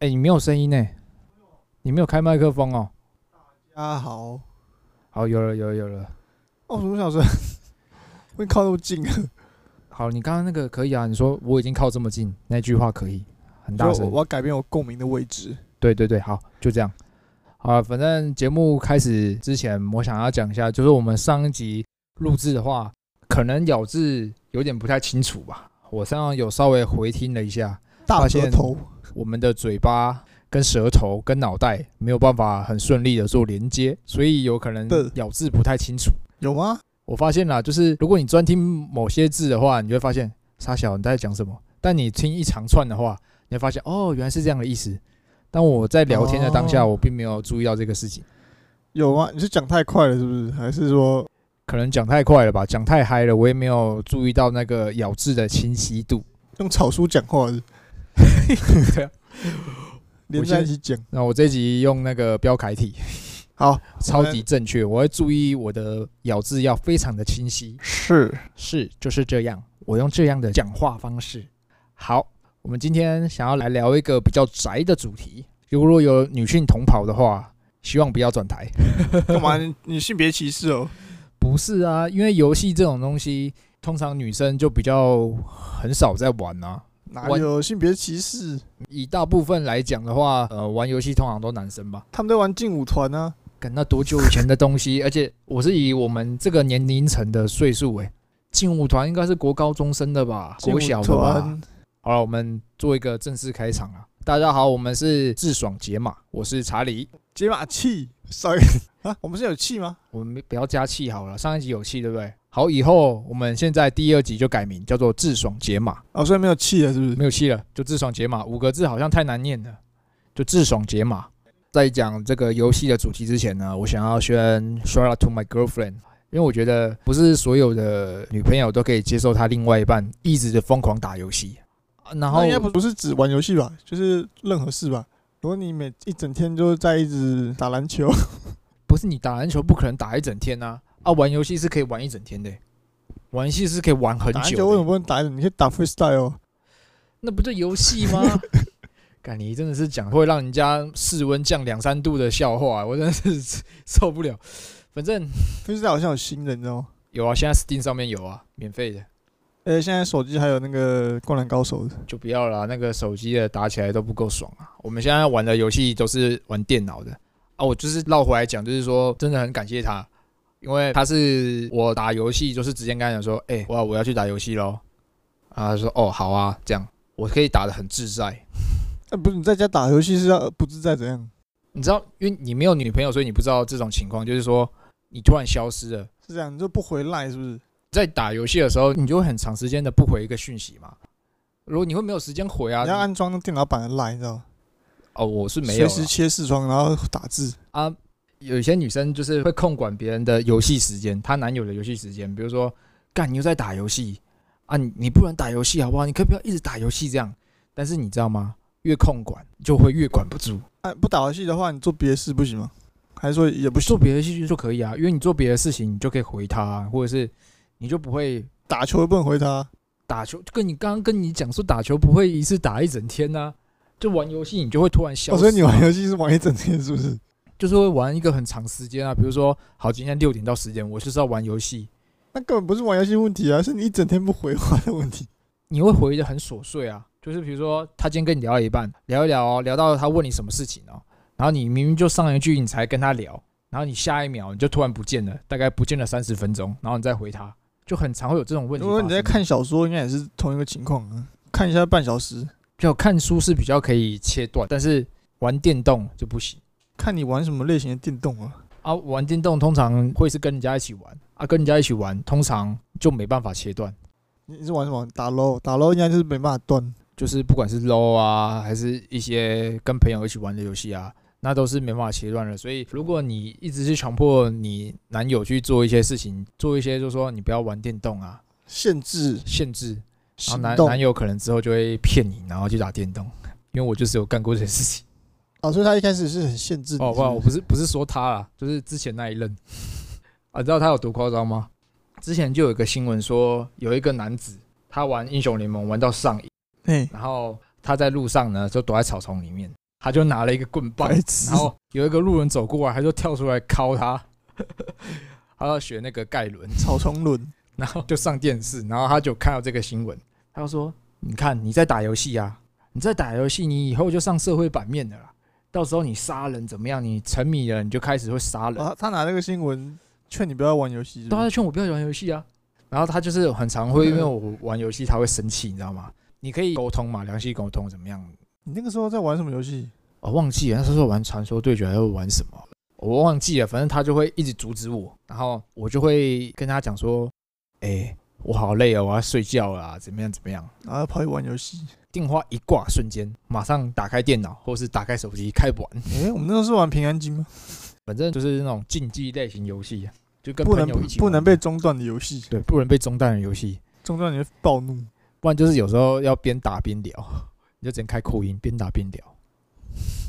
哎、你没有声音呢、你没有开麦克风哦。大家好，哦，好，有了，有了，有了。我怎么想说， 会靠那么近啊？好，你刚刚那个可以啊，你说我已经靠这么近，那句话可以，很所大以我声我。要改变我共鸣的位置。对对对，好，就这样。啊，反正节目开始之前，我想要讲一下，就是我们上一集录制的话，可能咬字有点不太清楚吧。我上有稍微回听了一下，大发现舌头，我们的嘴巴跟舌头跟脑袋没有办法很顺利的做连接，所以有可能对咬字不太清楚。有吗？我发现啦，就是如果你专听某些字的话，你就会发现沙小你在讲什么；但你听一长串的话，你会发现哦，原来是这样的意思。但我在聊天的当下，哦我并没有注意到这个事情，有吗？你是讲太快了是不是？还是说可能讲太快了吧，讲太嗨了，我也没有注意到那个咬字的清晰度。用草书讲 话是不是对啊连在一起讲。那我这集用那个标楷体，好，超级正确，我会注意我的咬字要非常的清晰。是是，就是这样。我用这样的讲话方式。好，我们今天想要来聊一个比较宅的主题。如果有女性同跑的话，希望不要转台。干嘛？你你性别歧视哦？不是啊，因为游戏这种东西，通常女生就比较很少在玩啊。哪我有性别歧视？以大部分来讲的话，呃，玩游戏通常都男生吧。他们在玩劲舞团啊。干那多久以前的东西？ 而且我是以我们这个年龄层的岁数、欸，诶，劲舞团应该是国高中生的吧，国小的劲舞吧。团好了，我们做一个正式开场啊！大家好，我们是智爽解码，我是查理。解码器，少一 啊？我们是有气吗？我们不要加气好了，上一集有气对不对？好，以后我们现在第二集就改名叫做智爽解码，哦，所以没有气了是不是？没有气了，就智爽解码五个字好像太难念了，就智爽解码。在讲这个游戏的主题之前呢，我想要先 shout out to my girlfriend，因为我觉得不是所有的女朋友都可以接受她另外一半一直的疯狂打游戏。啊然后那应该不不是指玩游戏吧，就是任何事吧。如果你每一整天就在一直打篮球，不是你打篮球不可能打一整天呐、啊，玩游戏是可以玩一整天的、玩游戏是可以玩很 打篮久球为什的、么不能打一整？你可以打 freestyle，哦那不就游戏 吗？干你真的是讲会让人家室温降两三度的笑话、我真的是受不了。反正 freestyle 好像有新人，你知道吗？有啊，现在 Steam 上面有啊，免费的呃、现在手机还有那个《灌篮高手》的，就不要了啊、那个手机的打起来都不够爽啊。我们现在玩的游戏都是玩电脑的啊。我就是绕回来讲，就是说真的很感谢他，因为他是我打游戏，就是直接跟他讲说，哎、我要我要去打游戏喽。啊，他说哦好啊，这样我可以打得很自在。哎、不是你在家打游戏是要不自在怎样？你知道，因为你没有女朋友，所以你不知道这种情况，就是说你突然消失了。是这样，你就不回来是不是？在打游戏的时候，你就会很长时间的不回一个讯息嘛。如果你会没有时间回啊你，要安装那电脑版的 line，你知道吗？哦，我是没有啦。随时切视窗，然后打字。啊，有一些女生就是会控管别人的游戏时间，她男友的游戏时间，比如说，干你又在打游戏啊，你你不能打游戏好不好？你可不要一直打游戏这样。但是你知道吗？越控管就会越管不住，哎、不打游戏的话，你做别的事不行吗？还是说也不行？做别的事情就可以啊，因为你做别的事情，你就可以回她啊，或者是你就不会打球也不能回他，打球，就跟你刚刚跟你讲说打球不会一次打一整天呐、就玩游戏你就会突然消哦，失、所以你玩游戏是玩一整天是不是？就是会玩一个很长时间啊，比如说好，今天六点到十点我就是要玩游戏，那根本不是玩游戏问题啊，是你一整天不回话的问题。你会回的很琐碎啊，就是比如说他今天跟你聊了一半，聊一聊哦，聊到他问你什么事情哦，然后你明明就上一句你才跟他聊，然后你下一秒你就突然不见了，大概不见了三十分钟，然后你再回他，就很常会有这种问题如发生。果你在看小说，应该也是同一个情况啊，看一下半小时，比较看书是比较可以切断，但是玩电动就不行看你玩什么类型的电动啊。啊。玩电动通常会是跟人家一起玩啊，跟人家一起玩通常就没办法切断。你你是玩什么？打 LO，打 LO 应该就是没办法断。就是不管是 LO 啊，还是一些跟朋友一起玩的游戏啊，那都是没办法切断的。所以，如果你一直去强迫你男友去做一些事情，做一些就是说你不要玩电动啊，限制限制，然后行男动男友可能之后就会骗你，然后去打电动。因为我就是有干过这些事情。啊，所以他一开始是很限制你哦，是不，我不不是是不是说他啦，就是之前那一任啊，你知道他有多夸张吗？之前就有一个新闻说，有一个男子他玩英雄联盟玩到上瘾。嘿，然后他在路上呢，就躲在草丛里面，他就拿了一个棍棒白，痴然后有一个路人走过来，他就跳出来敲他， 他要学那个盖伦，草丛轮，然后就上电视，然后他就看到这个新闻，他就说：“你看你在打游戏啊，你在打游戏，你以后就上社会版面的啦。到时候你杀人怎么样？你沉迷了，你就开始会杀人。啊，他拿那个新闻劝你不要玩游戏，是不大是家劝我不要玩游戏啊。然后他就是很常会因为我玩游戏他会生气，你知道吗？你可以沟通嘛，良性沟通怎么样？你那个时候在玩什么游戏？我、哦忘记了，那时候玩传说对决还是玩什么，我忘记了。反正他就会一直阻止我，然后我就会跟他讲说：“哎、我好累哦，我要睡觉了啊、怎么样怎么样。”然后啊跑去玩游戏。电话一挂，瞬间马上打开电脑或是打开手机开不完，诶，我们那时候是玩平安京吗？反正就是那种竞技类型游戏啊，就跟不朋能友一起玩不能被中断的游戏，对不能被中断的游戏，中断你会暴怒。不然就是有时候要边打边聊，你就只能开扩音边打边聊。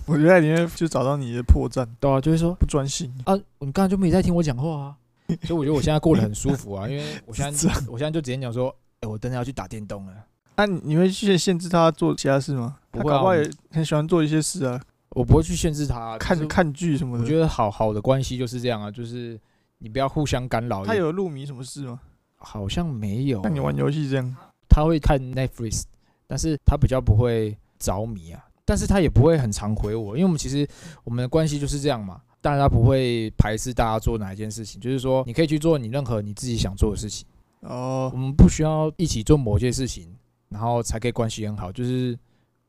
我觉得在里面就找到你的破绽，对啊，就会说不专心。啊，你刚才就没在听我讲话 啊，所以我觉得我现在过得很舒服啊，因为我现是在我现在就直接讲说，哎、我等下要去打电动了，那、你你会去限制他做其他事吗？不会啊他搞不好我也很喜欢做一些事啊，我不会去限制他，啊就是看看剧什么的。我觉得好好的关系就是这样啊，就是你不要互相干扰。他有入迷什么事哦吗？好像没有，像你玩游戏这样，他会看 Netflix，但是他比较不会着迷啊，但是他也不会很常回我，因为我们其实我们的关系就是这样嘛，大家不会排斥大家做哪一件事情，就是说你可以去做你任何你自己想做的事情，我哦，们不需要一起做某件事情，然后才可以关系很好，就是。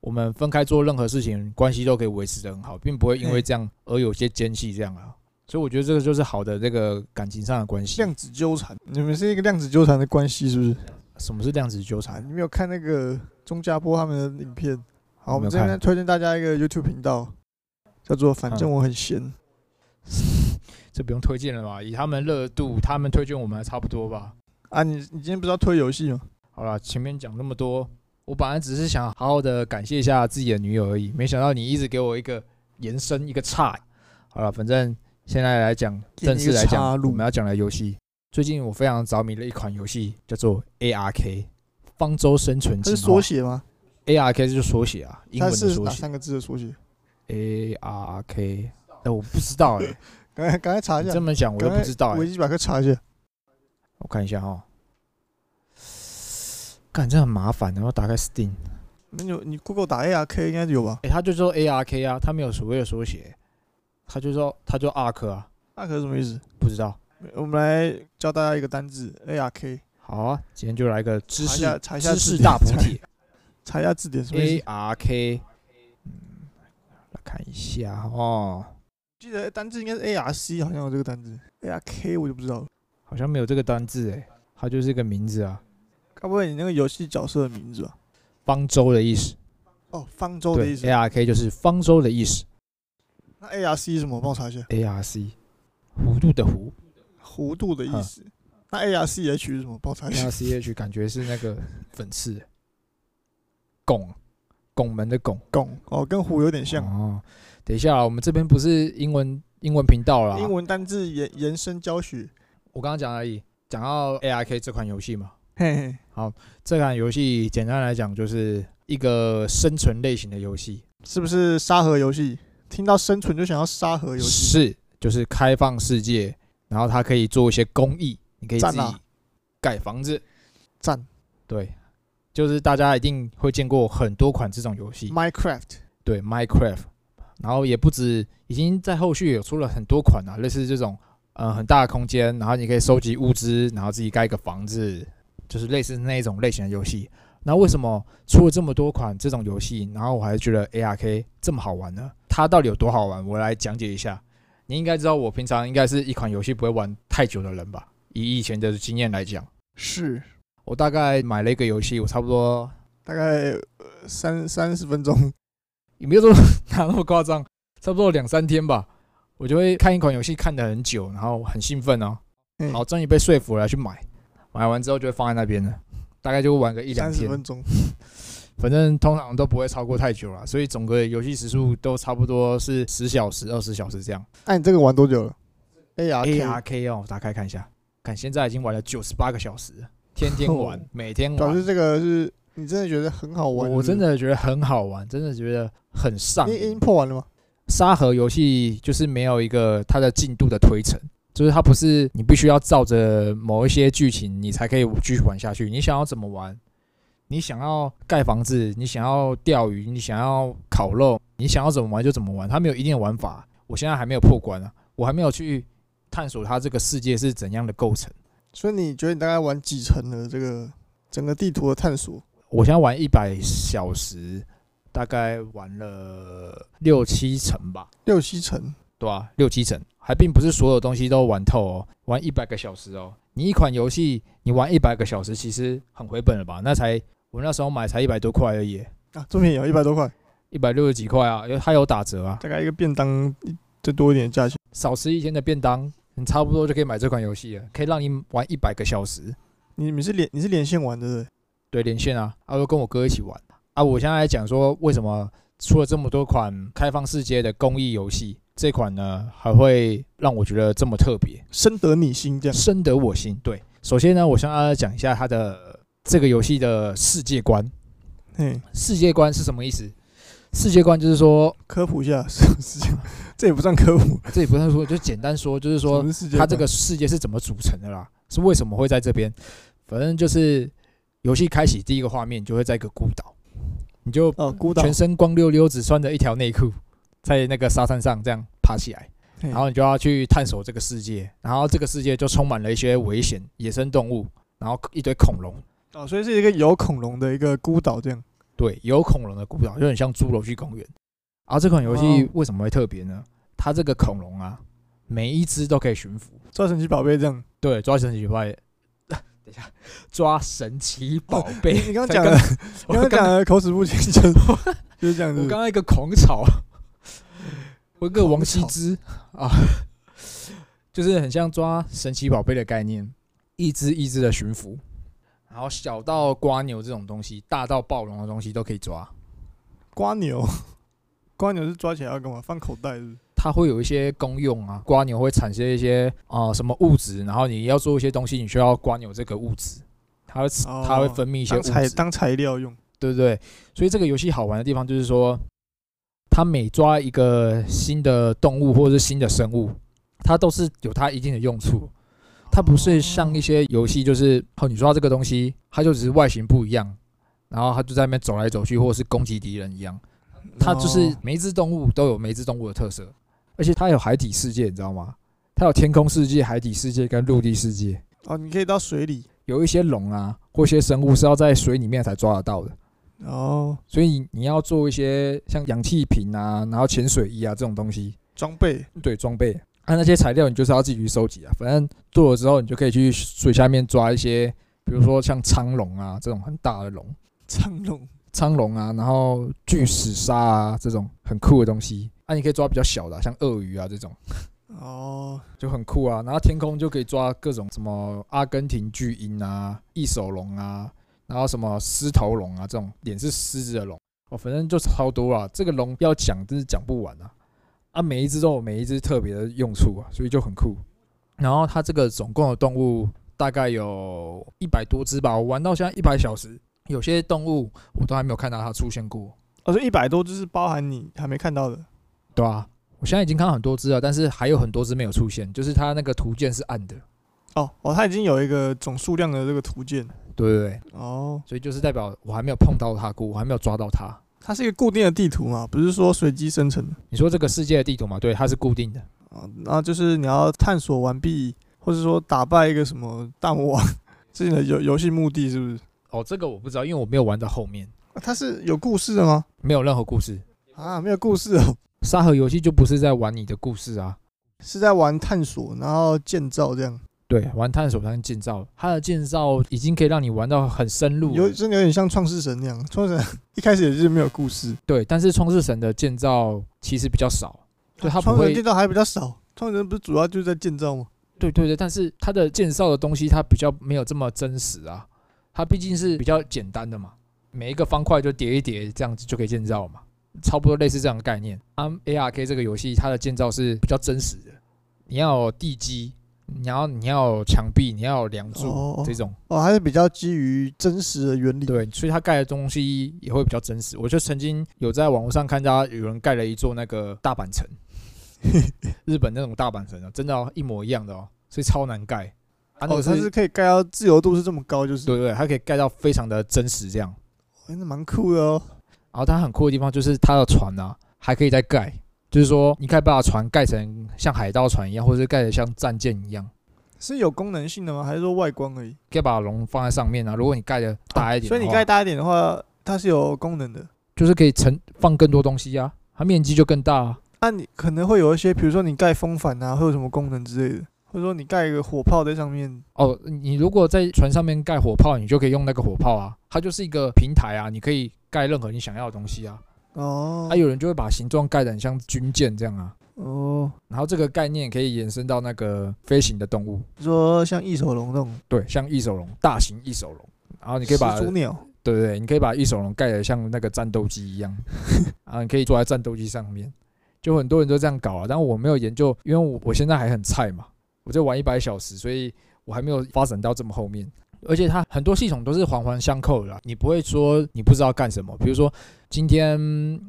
我们分开做任何事情，关系都可以维持得很好，并不会因为这样而有些间隙这样啊。所以我觉得这个就是好的这个感情上的关系。量子纠缠，你们是一个量子纠缠的关系是不是？什么是量子纠啊，缠？你没有看那个钟家波他们的影片？好，我我们没这有看嗯边推荐大家一个 YouTube 频道，叫做“反正我很闲”，这不用推荐了吧？以他们热度，他们推荐我们还差不多吧。啊。你你今天不是要推游戏吗？好啦，前面讲那么多，我本来只是想好好的感谢一下自己的女友而已，没想到你一直给我一个延伸，一个岔。好了，反正现在来讲，给你正一个式来岔讲，路我们要讲的游戏，最近我非常着迷的一款游戏叫做 ARK，方舟生存它计是缩划。写吗？ ARK 就是缩写啊，英它文的是缩哪写。三个字的缩写？ ARK，哎、我不知道哎、刚才刚才查一你下这，么讲我又刚不才知道哎、维基百科查一下，我看一下哈，干这很麻烦，然后打开 Steam，那你有你 Google 打 ARK 应该有吧？哎、他就说 ARK 啊，他没有所谓的缩写，他就说他就 ARK 啊，那可是什么意思？不知道。我们来教大家一个单字 ARK，好啊，今天就来个知查一下识查一下知识字典大补帖查一下字典什么意思？ ARK，嗯，来看一下哦，记得单字应该是 ARC，好像有这个单字 ARK 我就不知道了。好像没有这个单字哎，它就是一个名字啊，该不会你那个游戏角色的名字吧？啊方舟的意思。哦，方舟的对意思。 ，ARK 就是方舟的意思那 ARC 是什么？帮我查一下。 ，ARC，弧度的弧弧度的意思。啊那 ARCH 是什么？帮我查一下。 ，ARCH 感觉是那个粉刺，拱拱门的拱。拱哦，跟弧有点像。哦，等一下啊，我们这边不是英文英文频道啦。英文单字延延伸教学。我刚刚讲而已，讲到 ARK 这款游戏嘛，嘿嘿，这款游戏简单来讲就是一个生存类型的游戏，是不是沙盒游戏？听到生存就想要沙盒游戏。是就是开放世界，然后它可以做一些公益，你可以自赞己啊盖房子，赞对。就是大家一定会见过很多款这种游戏， Minecraft 对 Minecraft，然后也不止，已经在后续有出了很多款啊，类似这种呃很大的空间，然后你可以收集物资，然后自己盖一个房子，就是类似那一种类型的游戏。那为什么出了这么多款这种游戏，然后我还觉得 ARK 这么好玩呢？它到底有多好玩？我来讲解一下。你应该知道，我平常应该是一款游戏不会玩太久的人吧？以以前的经验来讲，是我大概买了一个游戏，我差不多大概呃三三十分钟，也没有说哪那么 夸张，差不多两三天吧，我就会看一款游戏看得很久，然后很兴奋哦，嗯好，终于被说服了去买，买完之后就会放在那边了，大概就会玩个一两三十天，分钟。反正通常都不会超过太久了，所以整个游戏时数都差不多是十小时、二十小时这样。那你这个玩多久了？ARK ARK 哦，打开看一下，看现在已经玩了九十八个小时了，天天玩 哦，每天表示玩，这个是你真的觉得很好我玩？我是真不是，的觉得很好玩，真的觉得很上你已经瘾。破完了吗？沙盒游戏就是没有一个它的进度的推程，就是它不是你必须要照着某一些剧情你才可以继续玩下去。你想要怎么玩？你想要盖房子，你想要钓鱼，你想要烤肉，你想要怎么玩就怎么玩，它没有一定的玩法。我现在还没有破关啊，我还没有去探索它这个世界是怎样的构成。所以你觉得你大概玩几成的这个整个地图的探索？我现在玩一百小时，大概玩了六七成吧。六七成，对啊，六七成，还并不是所有东西都玩透哦，玩一百个小时哦。你一款游戏你玩一百个小时，其实很回本了吧？那才我那时候买才一百多块而已，啊，这么便宜、哦，一百多块，一百六十几块啊，因为它有打折啊，大概一个便当再多一点的价钱。少吃一天的便当，你差不多就可以买这款游戏了，可以让你玩一百个小时。你你是连你是连线玩的，对不对？对，连线啊，啊，我跟我哥一起玩啊。我现在来讲说，为什么出了这么多款开放世界的公益游戏，这款呢还会让我觉得这么特别？深得你心这样。深得我心。对，首先呢，我向大家讲一下它的呃这个游戏的世界观。嘿，世界观是什么意思？世界观就是说，科普一下，是是这样， 这也不算科普。这也不算说，就简单说，就是说什么是世界它这观个世界是怎么组成的啦，是为什么会在这边？反正就是游戏开启第一个画面就会在一个孤岛，你就哦，孤岛全，身光溜溜，只穿着一条内裤，在那个沙滩上这样爬起来，嘿然后你就要去探索这个世界，然后这个世界就充满了一些危险、野生动物，然后一堆恐龙。哦，所以是一个有恐龙的一个孤岛这样。对，有恐龙的孤岛，就很像侏罗纪公园。然后这款游戏哦为什么会特别呢？它这个恐龙啊，每一只都可以驯服。抓神奇宝贝这样，对，抓神奇宝贝， 等一下，抓神奇宝贝。 你刚刚才讲的，你刚 我刚讲的口齿不清，就是就是这 样我子。刚刚一个狂草，我一个王羲之啊，就是很像抓神奇宝贝的概念，一只一只的驯服，然后小到瓜牛这种东西，大到暴龙的东西都可以抓。瓜牛， 瓜牛是抓起来要干嘛？放口袋是不是？它会有一些功用啊，瓜牛会产生一些啊、呃什么物质，然后你要做一些东西，你需要瓜牛这个物质，它会、哦它会分泌一些当物材质，当材料用。对不对？所以这个游戏好玩的地方就是说，它每抓一个新的动物或者是新的生物，它都是有它一定的用处。它不是像一些游戏，就是哦，你抓这个东西，它就只是外形不一样，然后它就在那边走来走去，或者是攻击敌人一样。它就是哦每一只动物都有每一只动物的特色，而且它有海底世界，你知道吗？它有天空世界、海底世界跟陆地世界。哦，你可以到水里有一些龙啊，或一些生物是要在水里面才抓得到的，哦，所以你要做一些像氧气瓶啊，然后潜水衣啊这种东西，装备对装备。按、那些材料，你就是要自己去收集啊。反正做了之后，你就可以去水下面抓一些，比如说像苍龙啊这种很大的龙，苍龙苍龙啊，然后巨齿鲨啊这种很酷的东西。啊，你可以抓比较小的啊、像鳄鱼啊这种。哦，就很酷啊。然后天空就可以抓各种什么阿根廷巨鹰啊、异手龙啊，然后什么狮头龙啊这种脸是狮子的龙哦，反正就超多啊。这个龙要讲真是讲不完啊，啊，每一只都有每一只特别的用处啊，所以就很酷。然后它这个总共的动物大概有一百多只吧，我玩到现在一百小时，有些动物我都还没有看到它出现过，哦，这一百多就是包含你还没看到的对啊，我现在已经看到很多只了，但是还有很多只没有出现，就是它那个图鉴是暗的，哦哦，它已经有一个总数量的这个图鉴对对对，哦，所以就是代表我还没有碰到它过，我还没有抓到它。它是一个固定的地图嘛，不是说随机生成的你说这个世界的地图嘛，对，它是固定的，啊，然后就是你要探索完毕，或者说打败一个什么大魔王， 这是你的游游戏目的是不是？哦，这个我不知道，因为我没有玩到后面，啊它是有故事的吗？没有任何故事。啊，没有故事哦，沙盒游戏就不是在玩你的故事啊，是在玩探索，然后建造这样，对，玩探索跟建造，它的建造已经可以让你玩到很深入了有真的有点像创世神那样。创世神 一开始也是没有故事，对，但是创世神的建造其实比较少，对它不创世神会建，造还比较少，创世神不是主要就是在建造吗？对对对，但是它的建造的东西它比较没有这么真实啊，它毕竟是比较简单的嘛，每一个方块就叠一叠，这样子就可以建造嘛，差不多类似这样的概念。A R K 这个游戏它的建造是比较真实的，你要有地基，你要你要有墙壁，你要有梁柱哦这种，哦，还是比较基于真实的原理。对，所以它盖的东西也会比较真实。我就曾经有在网络上看到有人盖了一座那个大阪城， 日本那种大阪城啊，真的、哦、一模一样的哦，所以超难盖。啊，那哦，个它是、是可以盖到自由度是这么高，就是，对对，它可以盖到非常的真实这样。哎那蛮酷的哦。然后它很酷的地方就是它的船啊，还可以再盖，就是说你可以把船盖成像海盗船一样，或者是盖得像战舰一样，是有功能性的吗？还是说外观而已？可以把龙放在上面啊。如果你盖的大一点的哦所话、以你盖大一点的话，它是有功能的。就是可以盛放更多东西啊，它面积就更大、啊。那你可能会有一些，比如说你盖风帆啊，会有什么功能之类的，或者说你盖一个火炮在上面。哦，你如果在船上面盖火炮，你就可以用那个火炮啊，它就是一个平台啊，你可以盖任何你想要的东西啊。哦，啊，有人就会把形状盖得很像军舰这样啊。哦，然后这个概念可以延伸到那个飞行的动物，你说像翼手龙那种，对，像翼手龙，大型翼手龙。然后你可以把始祖鸟，对对，对，你可以把翼手龙盖得像那个战斗机一样，啊，你可以坐在战斗机上面，就很多人都这样搞啊。但我没有研究，因为我我现在还很菜嘛，我就玩一百小时，所以我还没有发展到这么后面。而且它很多系统都是环环相扣的啦，你不会说你不知道干什么。比如说今天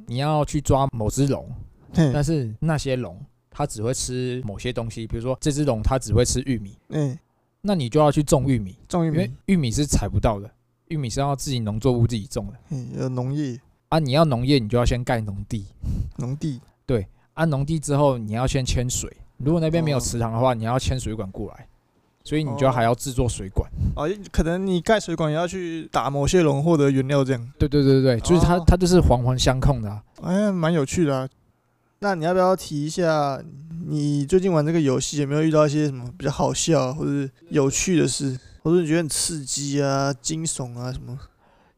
你要去抓某只龙，嘿但是那些龙它只会吃某些东西，比如说这只龙它只会吃玉米，哎，那你就要去种玉米，种玉因为米，玉米是采不到的，玉米是要自己农作物自己种的。嘿有农业、啊，你要农业，你就要先盖农地，农地，啊，农地之后你要先牵水，如果那边没有哦池塘的话，你要牵水管过来，所以你就要哦还要制作水管。哦，可能你盖水管也要去打某些龙获得原料，这样，对对对对，就是它哦它就是环环相控的啊、哎，蛮有趣的啊。那你要不要提一下，你最近玩这个游戏有没有遇到一些什么比较好笑啊或者有趣的事，或者你觉得很刺激啊、惊悚啊什么？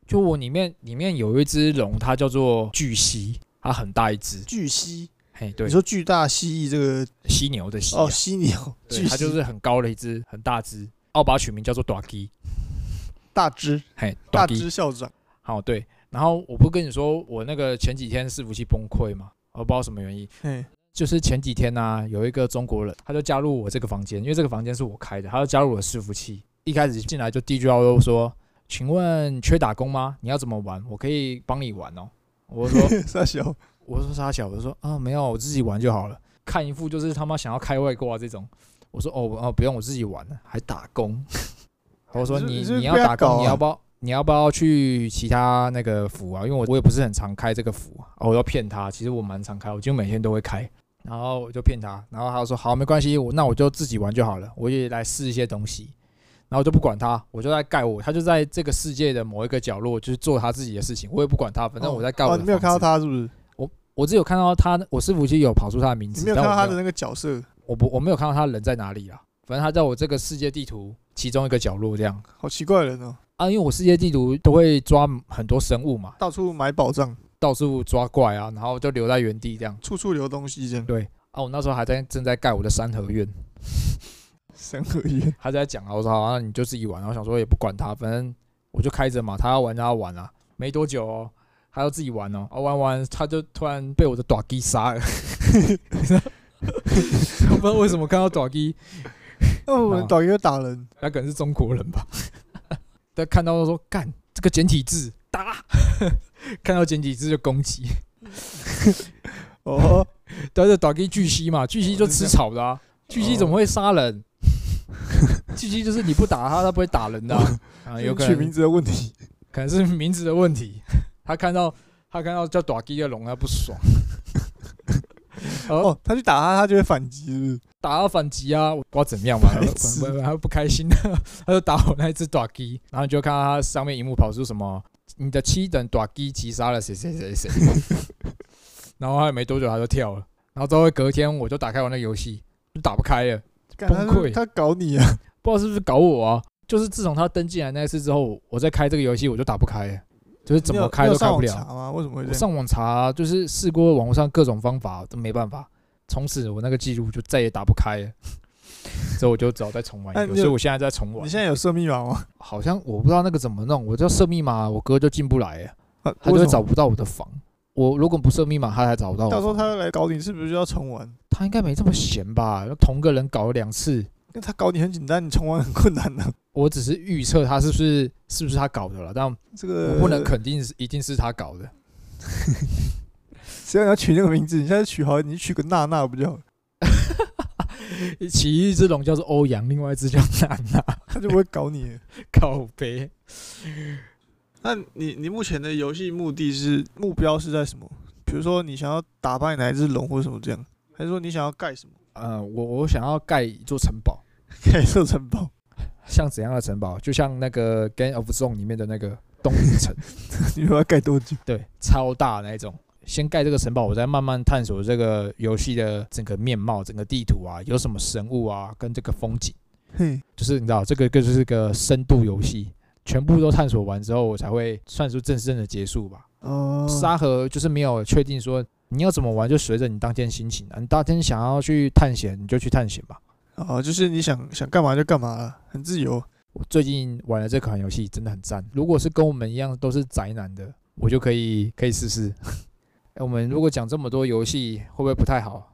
就我里面里面有一只龙，它叫做巨蜥，它很大一只，巨蜥，嘿，对你，说巨大蜥蜴这个犀牛的犀、啊，哦，犀牛，对，巨它就蜥是很高的一只，很大只，奥巴取名叫做短鸡，大只嘿，大短鸡只，校长，好对。然后我不跟你说，我那个前几天伺服器崩溃嘛，我不知道什么原因，嘿，就是前几天呢、啊有一个中国人，他就加入我这个房间，因为这个房间是我开的，他就加入我的伺服器。一开始进来就第一句话就说：“请问缺打工吗？你要怎么玩？我可以帮你玩哦。”我 就说傻小，：“我说傻小，我就说啊，没有，我自己玩就好了。”看一副就是他妈想要开外挂这种。我说：“哦，我哦，不用，我自己玩了，还打工。”我说哎你你：“是你你是要被他打工，搞啊你要不要？”你要不要去其他那个服啊？因为我我也不是很常开这个服啊，哦我要骗他。其实我蛮常开，我几乎每天都会开。然后我就骗他，然后他就说好，没关系，我那我就自己玩就好了，我也来试一些东西。然后我就不管他，我就在盖我，他就在这个世界的某一个角落，就是做他自己的事情，我也不管他，反正我在盖我哦，的、你没有看到他，他是不是？我只有看到他，我伺服器有跑出他的名你字，没有看但到我他的那个角色，我不我没有看到他人在哪里啦，啊反正他在我这个世界地图其中一个角落这样好奇怪的人哦，啊，因为我世界地图都会抓很多生物嘛，到处买宝藏，到处抓怪啊，然后就留在原地这样。处处留东西，这样。对啊，我那时候还在正在盖我的三合院，三合一， 他在讲啊，我说好、啊，那你就自己玩。然后想说也不管他，反正我就开着嘛，他要玩他要玩啊。没多久哦，他要自己玩哦，啊玩玩他就突然被我的短鸡杀了， 我不知道为什么看到短鸡，那哦我们啊导游打人，他可能是中国人吧。 他看到就说干这个简体字打， 看到简体字就攻击。哦，但是打给巨蜥嘛，巨蜥就吃草的啊，巨蜥怎么会杀人？ 巨蜥就是你不打它，它不会打人的 啊，啊有可取名能字的问题，可能是名字的问题。 他看到他看到叫打鸡的龙，他不爽，哦，哦，他去打他，他就会反击，是不是？打到反击啊，我不知道怎么样嘛，白痴我我他不开心，啊 他就打我那一只打鸡，然后你就看到他上面荧幕跑出什么，你的七等打鸡击杀了谁谁谁 谁，然后他也没多久他就跳了，然后之后隔天我就打开我那个游戏，就打不开了。干他崩溃是他搞你啊！不知道是不是搞我啊？就是自从他登进来那一次之后，我在开这个游戏我就打不开了，就是怎么开你有都开不你有上了。网查吗？为什么会我这样？上网查，就是试过网络上各种方法都没办法，从此我那个记录就再也打不开了。 所以我就只好再重玩哎一个，你所有以我现在在重玩你。现在有设密码吗？好像我不知道那个怎么弄，我就设密码，我哥就进不来了，啊他就为会什么找不到我的房。我如果不设密码，他才找不到我到时候房。他要来搞你，是不是就要重玩？他应该没这么闲吧？同个人搞了两次，那他搞你很简单，你重玩很困难啊的、我只是预测他是不是是不是他搞的了，但这个我不能肯定是一定是他搞的。谁让你要取那个名字？你现在取好，你取个娜娜不就好了？呃其一只龙叫做欧阳，另外一只叫娜娜， 他就不会搞你了。靠背。那你你目前的游戏目的是目标是在什么？比如说你想要打败哪一只龙或者什么这样，还是说你想要盖什么？呃，我我想要盖一座城堡， 盖一座城堡？ 像怎样的城堡？就像那个《Game of Zone》里面的那个东影城，你们要盖多久？对，超大那一种。先盖这个城堡，我再慢慢探索这个游戏的整个面貌、整个地图啊，有什么生物啊，跟这个风景，嘿，就是你知道，这个就是个深度游戏。全部都探索完之后，我才会算出正式的结束吧。哦，沙盒就是没有确定说你要怎么玩，就随着你当天心情啊。你当天想要去探险，你就去探险吧。哦，就是你想想干嘛就干嘛了，很自由。我最近玩了这款游戏，真的很赞。如果是跟我们一样都是宅男的，我就可以可以试试。 哎我们如果讲这么多游戏，会不会不太好？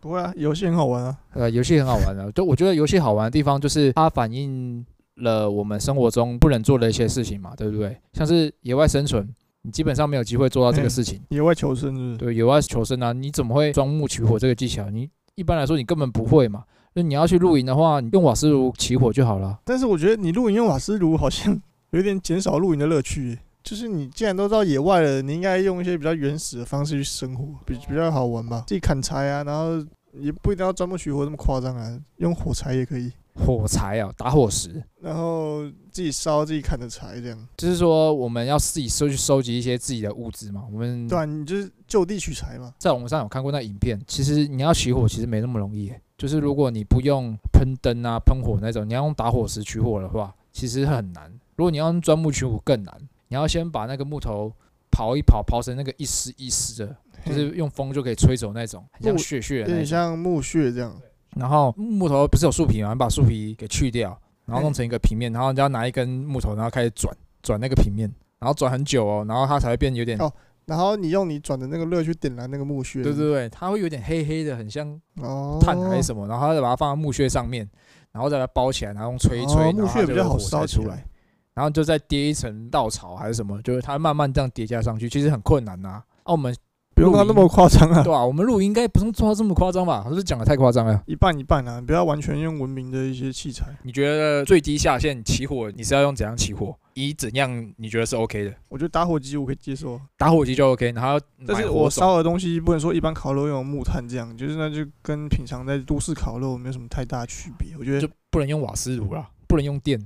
不会啊，游戏很好玩啊。呃，游戏很好玩啊， 就我觉得游戏好玩的地方就是它反映了我们生活中不能做的一些事情嘛，对不对？像是野外生存，你基本上没有机会做到这个事情。野外求生是不是？对，野外求生啊，你怎么会钻木取火这个技巧？你一般来说你根本不会嘛。那你要去露营的话，你用瓦斯炉起火就好了。但是我觉得你露营用瓦斯炉好像有点减少露营的乐趣耶。就是你既然都到野外了，你应该用一些比较原始的方式去生活，比比较好玩吧。自己砍柴啊，然后也不一定要钻木取火那么夸张啊，用火柴也可以。火柴啊，打火石。然后自己烧自己砍的柴这样。就是说我们要自己收去收集一些自己的物资嘛。我们对啊，你就是就地取材嘛。在网上有看过那影片，其实你要起火其实没那么容易耶，就是如果你不用喷灯啊、喷火那种，你要用打火石取火的话，其实很难。如果你要用钻木取火更难，你要先把那个木头刨一刨，刨成那个一丝一丝的，就是用风就可以吹走那种，很像木屑屑有的那点种。像木屑这样。然后木头不是有树皮嘛，你把树皮给去掉，然后弄成一个平面，然后你要拿一根木头，然后开始转转那个平面，然后转很久哦，然后它才会变有点，哦然后你用你转的那个热去点燃那个木屑。对对对，它会有点黑黑的，很像哦，炭还是什么，然后它再把它放在木屑上面，然后再把它包起来，然后用吹一吹，哦然后木它屑比就较有好火才烧起出来来，然后就再叠一层稻草还是什么，就是它慢慢这样叠加上去，其实很困难呐、啊。我们不用到那么夸张啊，对啊，我们录音应该不用做到这么夸张吧？是不是讲的太夸张了？一半一半啊，不要完全用文明的一些器材。你觉得最低下限起火，你是要用怎样起火？以怎样你觉得是 OK 的？我觉得打火机我可以接受，打火机就 OK，然后但是买我火种烧的东西不能说一般烤肉用木炭这样，就是那就跟平常在都市烤肉没有什么太大区别。我觉就得不能用瓦斯炉啦，不能用电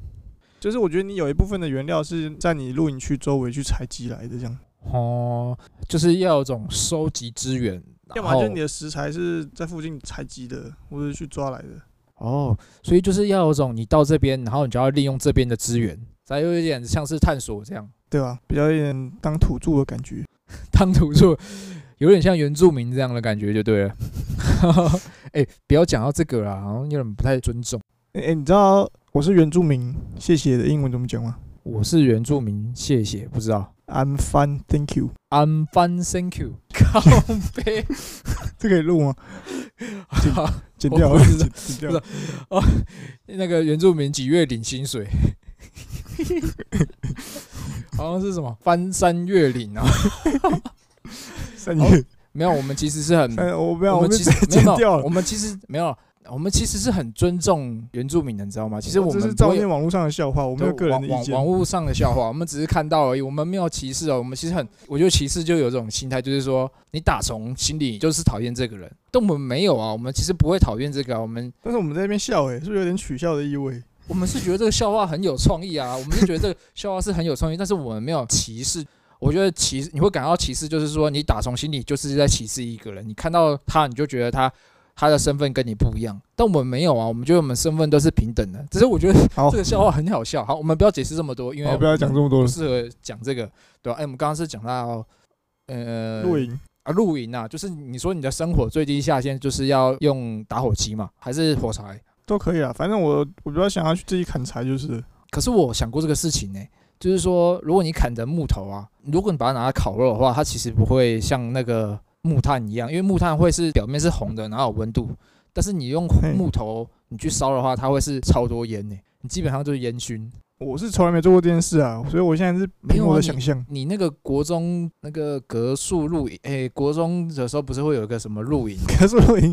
就是我觉得你有一部分的原料是在你露营区周围去采集来的这样，哦，就是要有种收集资源，要然么后就是你的食材是在附近采集的，或者是去抓来的。哦，所以就是要有种你到这边，然后你就要利用这边的资源，才有一点像是探索这样， 对吧、比较有点当土著的感觉。当土著有点像原住民这样的感觉就对了。 哎、不要讲到这个啦，好像有点不太尊重。哎、诶你知道我是原住民，谢谢的英文怎么讲吗我是原住民，谢谢，不知道。 ？I'm fine, thank you。 I'm fine, thank you。靠背，这可以录吗？好剪掉我了，不知道哦剪剪不掉。那个原住民几月领薪水？ 好像是什么翻山越岭啊？三月，没有，我们其实是 很三月，我不要，嗯我我们们其直实接没剪有没有，掉我了。们其实没有，我们其实是很尊重原住民的，你知道吗？其实这们是不照会念网络上的笑话，我没有个人的意网见。网络上的笑话，我们只是看到而已，我们没有歧视哦。我们其实很，我觉得歧视就有这种心态，就是说你打从心里就是讨厌这个人，但我们没有啊，我们其实不会讨厌这个、啊，我们但是我们在那边笑，哎，是不是有点取笑的意味？我们是觉得这个笑话很有创意 啊，我们是觉得这个笑话是很有创意，但是我们没有歧视。我觉得歧视你会感到歧视，就是说你打从心里就是在歧视一个人，你看到他你就觉得他他的身份跟你不一样，但我们没有啊，我们觉得我们身份都是平等的。只是我觉得好这个笑话很好笑。好，我们不要解释这么多，因为哦好，不要讲这么多不了。适合讲这个，对吧、哎，我们刚刚是讲到呃露营，啊露营啊，就是你说你的生活最低下限就是要用打火机嘛，还是火柴？都可以啊，反正我我比较想要去自己砍柴，就是了可是我想过这个事情呢、就是说，如果你砍的木头啊，如果你把它拿来烤肉的话，它其实不会像那个木炭一样，因为木炭会是表面是红的，然后有温度，但是你用嘿木头你去烧的话，它会是超多烟呢、你基本上就是烟熏。我是从来没做过这件事啊，所以我现在是没有凭啊我的你想象。你那个国中那个格数露营，诶、国中的时候不是会有一个什么露营？可是我已经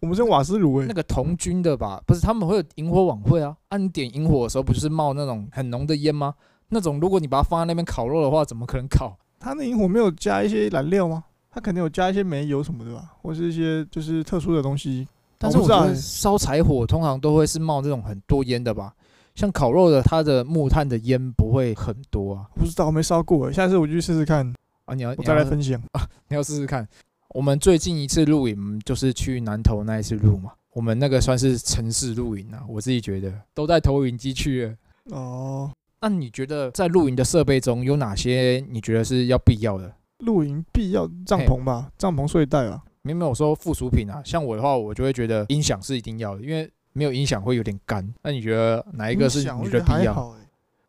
我们是用瓦斯炉欸诶那，个童军的吧？不是，他们会有萤火晚会啊。啊，你点萤火的时候，不就是冒那种很浓的烟吗？那种如果你把它放在那边烤肉的话，怎么可能烤？它那萤火没有加一些燃料吗？它肯定有加一些煤油什么的吧，或是一些就是特殊的东西。但是我我不知道觉得欸烧柴火通常都会是冒这种很多烟的吧？像烤肉的，它的木炭的烟不会很多啊。不知道，我没烧过欸，下次我去试试看，啊，你要我你再来要分享。你要试试看。我们最近一次露营就是去南投那一次露嘛，我们那个算是城市露营啊，我自己觉得都带投影机去了。哦，那你觉得在露营的设备中有哪些你觉得是要必要的？露营必要帐篷吧，帐篷睡袋啊。没有没有说附属品啊，像我的话，我就会觉得音响是一定要的，因为没有音响会有点干。那你觉得哪一个是音响你我觉觉得得必还要？好欸，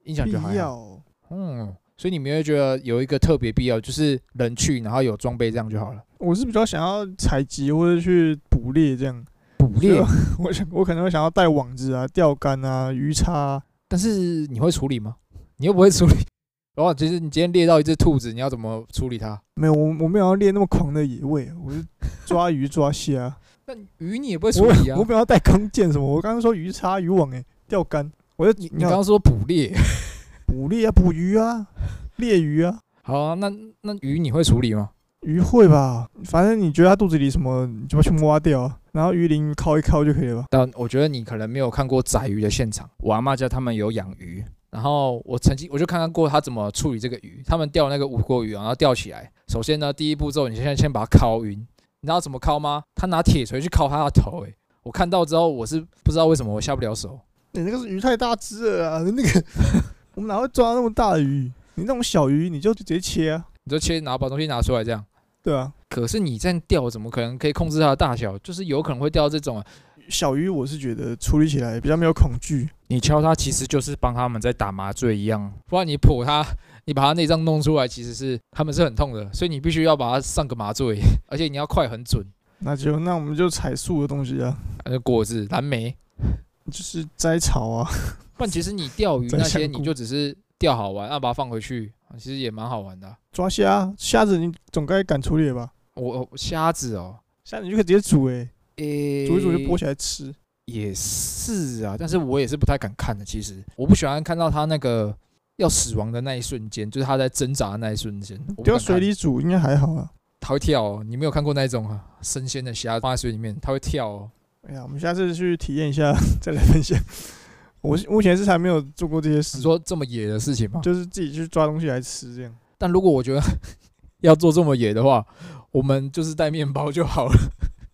音响就还必好，要哦。嗯，所以你们会觉得有一个特别必要，就是人去，然后有装备这样就好了。我是比较想要采集或者去捕猎这样，捕猎，我 想我可能会想要带网子啊、钓竿啊、鱼叉啊、 但是你会处理吗？你又不会处理。 然后其实你今天猎到一只兔子，你要怎么处理它？没有，我我没有要猎那么狂的野味，啊我是抓鱼抓虾、 那鱼你也不会处理啊我我。没有要带弓箭什么，我刚刚说鱼叉、渔网、欸、钓竿，我就你你刚刚说捕猎，捕猎啊、捕鱼啊、猎鱼啊，好啊，那那鱼你会处理吗？鱼会吧，反正你觉得它肚子里什么，你就把它全部挖掉啊，然后鱼鳞敲一敲就可以了吧。但我觉得你可能没有看过宰鱼的现场。我阿妈家他们有养鱼，然后我曾经我就看看过他怎么处理这个鱼。他们钓那个五锅鱼啊，然后钓起来，首先呢，第一步骤你先先把它敲晕，你知道怎么敲吗？他拿铁锤去敲他的头、欸，我看到之后我是不知道为什么我下不了手。你、那个是鱼太大只了啊，那 个我们哪会抓那么大的鱼？你那种小鱼你就直接切啊，你就切拿把东西拿出来这样。对啊。可是你这样钓，怎么可能可以控制它的大小？就是有可能会钓到这种、啊。小鱼我是觉得处理起来比较没有恐惧，你敲它，其实就是帮他们在打麻醉一样。不然你剖它，你把它内脏弄出来，其实是他们是很痛的，所以你必须要把它上个麻醉， 而且你要快很准。那就那我们就采素的东西啊，呃，果子、蓝莓，就是摘草啊，不然其实你钓鱼真那香些，菇你就只是钓好玩，啊，把它放回去，啊其实也蛮好玩的啊、抓虾，虾子你总该敢处理了吧？我我虾子哦，虾子你就可以直接煮诶、诶、煮一煮就剥起来吃。也是啊，但是我也是不太敢看的。其实我不喜欢看到他那个要死亡的那一瞬间，就是他在挣扎的那一瞬间。我不丢敢到水看，里煮应该还好啊。它会跳、哦。你没有看过那种啊，生鲜的虾放在水里面，它会跳、哦。哎呀，我们下次去体验一下 再来分享。我是目前是还没有做过这些你事，说这么野的事情吗？就是自己去抓东西来吃这样。但如果我觉得 要做这么野的话，我们就是带面包就好了。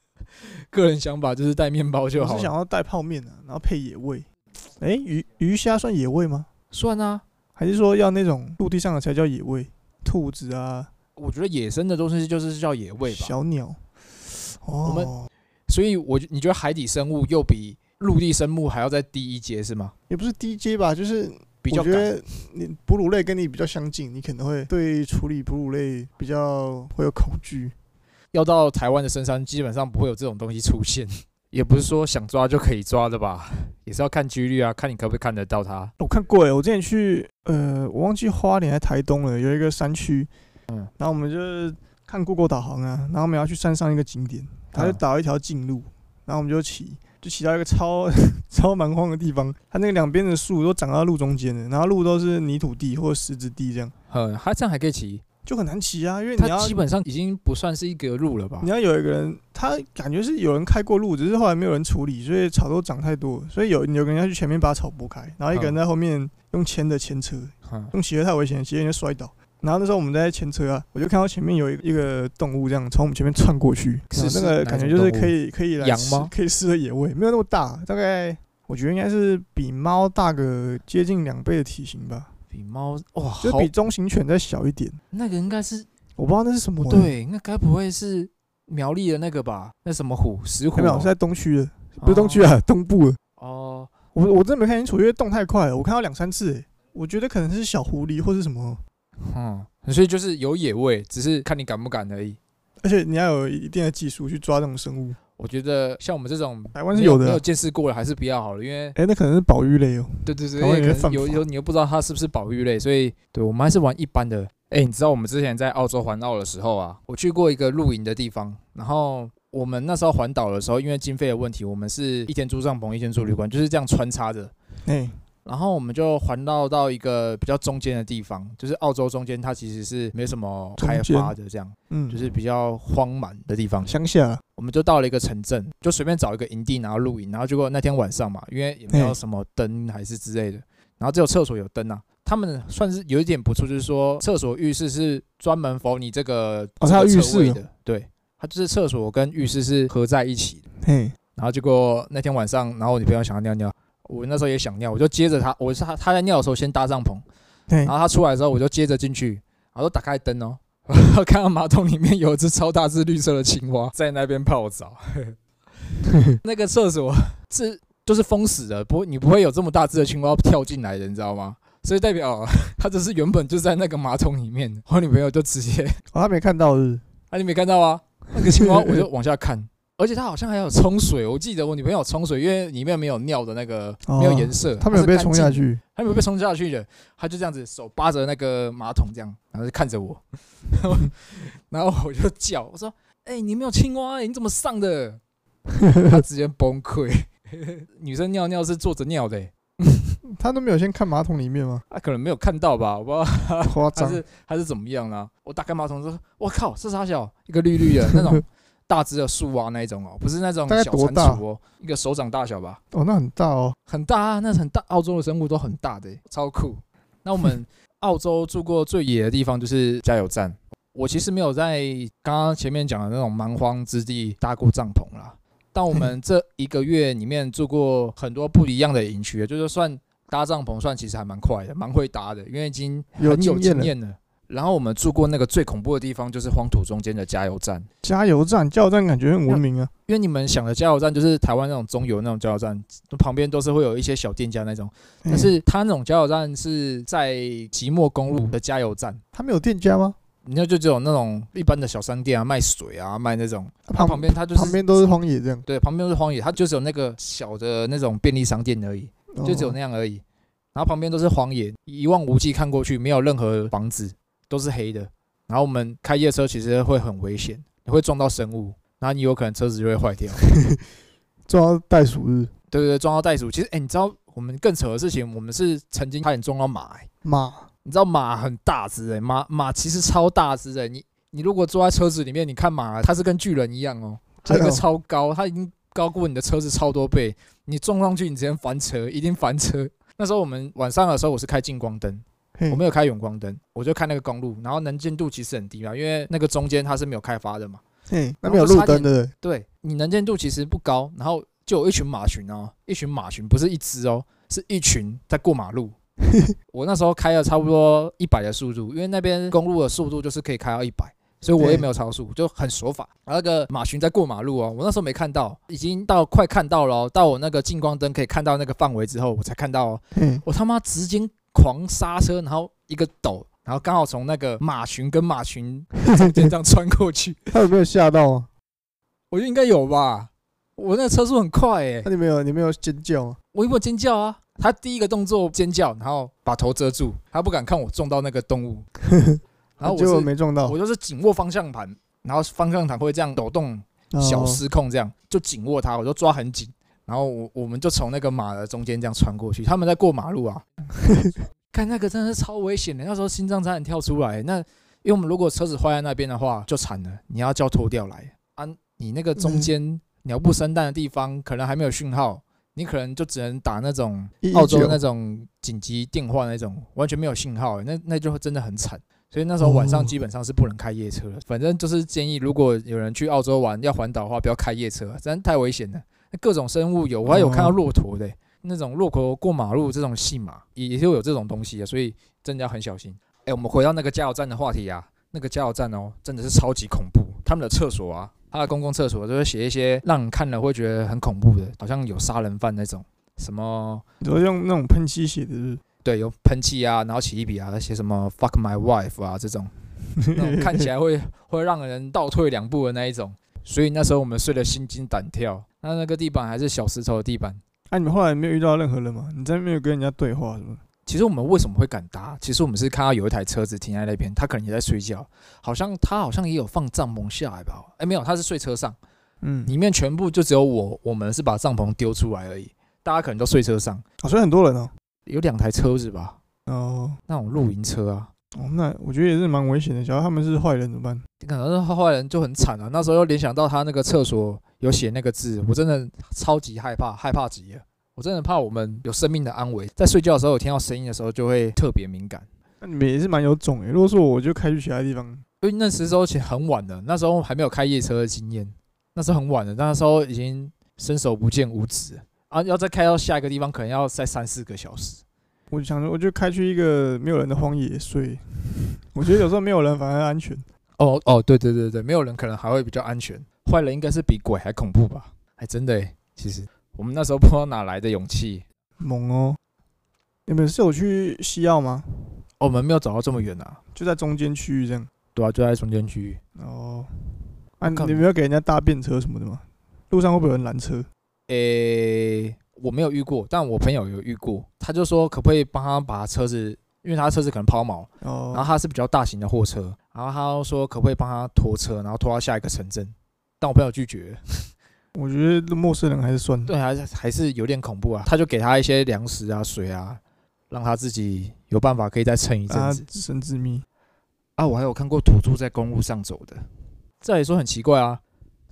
个人想法就是带面包就我好是想了。要带泡面啊，然后配野味。哎、鱼鱼虾算野味吗？算啊，还是说要那种陆地上的才叫野味？兔子啊，我觉得野生的东西就是叫野味吧。小鸟。哦，们所以我觉你觉得海底生物又比陆地生物还要再低一阶是吗？也不是 DJ 吧，就是比较我觉敢得你哺乳类跟你比较相近，你可能会对处理哺乳类比较会有恐惧。要到台湾的深山，基本上不会有这种东西出现。也不是说想抓就可以抓的吧，也是要看几率啊，看你可不可以看得到它。我看过诶，欸我之前去呃，我忘记花莲还台东了，有一个山区，嗯然后我们就是看 Google 导航啊，然后我们要去山上一个景点，他就嗯导一条近路，然后我们就骑，就骑到一个超 超蛮荒的地方，它那个两边的树都长到路中间的，然后路都是泥土地或者石子地这样，嗯，它这样还可以骑，就很难骑啊，因为你它要基本上已经不算是一个路了吧你？要有一个人，他感觉是有人开过路，只是后来没有人处理，所以草都长太多了，所以有有个人要去前面把草拨开，然后一个人嗯在后面用牵的牵车，嗯，用骑的太危险，骑的人就摔倒。然后那时候我们在牵车啊，我就看到前面有一一个动物这样从我们前面窜过去，是然后那是个哪感觉种就是动可以可以来羊吃吗可以吃的野味，没有那么大，大概我觉得应该是比猫大个接近两倍的体型吧，比猫哇，就好比，中型犬再小一点。那个应该是我不知道那是什么、不，对，那该不会是苗栗的那个吧？那什么虎，石虎没哦、有是在东区的，不是东区啊，东部的。哦，我我真的没看清楚，因为动太快了，我看到两三次、欸，我觉得可能是小狐狸或是什么，哦嗯，所以就是有野味，只是看你敢不敢而已。而且你要有一定的技术去抓这种生物。我觉得像我们这种台湾是没有有的没啊有。见识过的，还是不要好了，因为哎、那可能是保育类哦。对对对，台湾因为也可会能犯有法有你又不知道它是不是保育类，所以对我们还是玩一般的。哎、你知道我们之前在澳洲环澳的时候啊，我去过一个露营的地方，然后我们那时候环岛的时候，因为经费的问题，我们是一天住帐篷，一天住旅馆，就是这样穿插着。哎、然后我们就环绕到一个比较中间的地方，就是澳洲中间，它其实是没什么开发的，这样嗯，就是比较荒蛮的地方。乡下啊，我们就到了一个城镇，就随便找一个营地，然后露营，然后结果那天晚上嘛，因为也没有嘿什么灯还是之类的，然后只有厕所有灯啊。他们算是有一点不错，就是说厕所浴室是专门否你这个哦它有这个浴车位室的，对，它就是厕所跟浴室是合在一起的。嘿，然后结果那天晚上，然后我女朋友想要尿尿，我那时候也想尿，我就接着她，我是她她在尿的时候先搭帐篷，嘿然，后她出来的时候我就接着进去，然后就打开灯哦， 然后看到马桶里面有一只超大只绿色的青蛙在那边泡澡， 那个厕所是就是封死的，不你不会有这么大只的青蛙跳进来的，你知道吗？所以代表 它就是原本就在那个马桶里面的，我女朋友就直接 哦，他没看到是啊，你没看到啊？那个 青蛙我就往下看，而且它好像还有冲水，我记得我女朋友有冲水，因为里面没有尿的那个，哦没有颜色，他没有被冲下去，去，它没有被冲下去的，它就这样子手扒着那个马桶这样，然后就看着我， 然后然后我就叫我说：“哎、你没有青蛙、你怎么上的？”他直接崩溃。女生尿尿是坐着尿的、欸，他都没有先看马桶里 面吗？她可能没有看到吧，我不知道夸还张，是还是怎么样啦、我打开马桶说：“我靠，这啥小？一个绿绿的那种大只的树啊，那一种哦，不是那种大概小多蟾大蜍哦，一个手掌大小吧，哦，那很大哦，很大啊，那很大。澳洲的生物都很大的欸、超酷。那我 们澳洲住过最野的地方就是加油站。我其实没有在刚刚前面讲的那种蛮荒之地搭过帐篷啦，但我们这一个月里面住过很多不一样的营区，就是算搭帐篷算其实还蛮快的，蛮会搭的，因为已经很有有经验经了。验了。然后我们住过那个最恐怖的地方，就是荒土中间的加油站。加油站，加油站感觉很文明啊。因为你们想的加油站就是台湾那种中油那种加油站，旁边都是会有一些小店家那种，但嘿是它那种加油站是在即墨公路的加油站，他没有店家吗？你看就只有那种一般的小商店啊，卖水啊，卖那种，他它旁边它就是旁边都是荒野这样，对，旁边都是荒野，它就只有那个小的那种便利商店而已，就只有那哦样而已。然后旁边都是荒野，一望无际，看过去没有任何房子，都是黑的。然后我们开夜车其实会很危险，你会撞到生物，然后你有可能车子就会坏掉。抓袋鼠日对对对，撞到袋鼠。其实，哎，你知道我们更扯的事情，我们是曾经差点撞到马、欸。马，你知道马很大只哎、马马其实超大只哎、你你如果坐在车子里面，你看马，它是跟巨人一样哦，它一真的个哦超高，它已经高过你的车子超多倍，你撞上去你直接翻车，一定翻车。 那时候我们晚上的时候，我是开近光灯，嘿我没有开远光灯，我就看那个公路，然后能见度其实很低嘛，因为那个中间它是没有开发的嘛。嘿，那然后边有就路差点灯的，对，你能见度其实不高，然后就有一群马群哦，一群马群不是一只哦，是一群在过马路。 我那时候开了差不多一百的速度，因为那边公路的速度就是可以开到一百，所以我也对没有超速，就很守法。然后那个马群在过马路哦，我那时候没看到，已经到快看到了哦、到我那个近光灯可以看到那个范围之后，我才看到、哦，嘿，我他妈直接狂刹车，然后一个抖，然后刚好从那个马群跟马群 中间这样穿过去，他有没有吓到啊？我觉得应该有吧。我那个车速很快诶、那你没有你没有尖叫吗？我有没有尖叫啊？他第一个动作尖叫，然后把头遮住，他不敢看我撞到那个动 物。然后结果我是没撞到，我就是紧握方向盘，然后方向盘会这样抖动，哦小 失控这样，就紧握它，我就抓很紧。然后我我们就从那个马的中间这样穿过去，他们在过马路啊，看那个真的是超危险的，那时候心脏差点跳出来。那因为我们如果车子坏在那边的话，就惨了，你要叫拖吊来啊，你那个中间鸟不生蛋的地方，可能还没有讯号，你可能就只能打那种119澳洲那种紧急电话那种，完全没有信号，欸那那就真的很惨。所以那时候晚上哦基本上是不能开夜车的。反正就是建议，如果有人去澳洲玩要环岛的话，不要开夜车，真的太危险了。那各种生物有，我还有看到哦骆驼的欸、那种骆驼过马路这种戏码，也也就有这种东西啊，所以真的要很小心。哎、我们回到那个加油站的话题啊，那个加油站哦，真的是超级恐怖。他们的厕所啊，他的公共厕所都会写一些让你看了会觉得很恐怖的，好像有杀人犯那种，什么你说用那种喷漆写的是对，有喷气啊，然后起一笔啊，写什么 fuck my wife 啊这种，不是，那种看起来会会让人倒退两步的那一种。所以那时候我们睡得心惊胆跳。那那个地板还是小石头的地板。哎、你们后来没有遇到任何人吗？你在没有跟人家对话是吗？其实我们为什么会敢搭？其实我们是看到有一台车子停在那边，他可能也在睡觉，好像他好像也有放帐篷下来吧？哎，没有，他是睡车上，嗯，里面全部就只有我，我们是把帐篷丢出来而已，大家可能都睡车上，哦，所以很多人哦。有两台车子吧，哦，那种露营车啊，哦，那我觉得也是蛮危险的。假如他们是坏人怎么办？可能是坏人就很惨啊。那时候又联想到他那个厕所有写那个字，我真的超级害怕，害怕极了。我真的怕我们有生命的安危，在睡觉的时候，有听到声音的时候就会特别敏感。那你们也是蛮有种诶、欸如果说我就开去其他地方，因为那时候其实很晚了，那时候还没有开夜车的经验，那时候很晚了，那时候已经伸手不见五指了啊，要再开到下一个地方，可能要再三四个小时。我就想说我就开去一个没有人的荒野睡。 我觉得有时候没有人反而安全。哦哦，对对对对，没有人可能还会比较安全，坏人应该是比鬼还恐怖吧？还真的欸，其实我们那时候不知道哪来的勇气，猛哦！你们是有去西澳吗？哦我们没有走到这么远啊，就在中间区域这样。对啊，就在中间区域。哦，啊，看你们要给人家搭便车什么的吗？路上会不会有人拦车？诶、我没有遇过，但我朋友有遇过，他就说可不可以帮他把车子，因为他车子可能抛锚，哦，然后他是比较大型的货车，然后他说可不可以帮他拖车，然后拖到下一个城镇，但我朋友拒绝，我觉得陌生人还是算了。对，还是还是有点恐怖啊。他就给他一些粮食啊、水啊，让他自己有办法可以再撑一阵啊子，神之谜，啊。我还有看过土著在公路上走的，这也说很奇怪啊，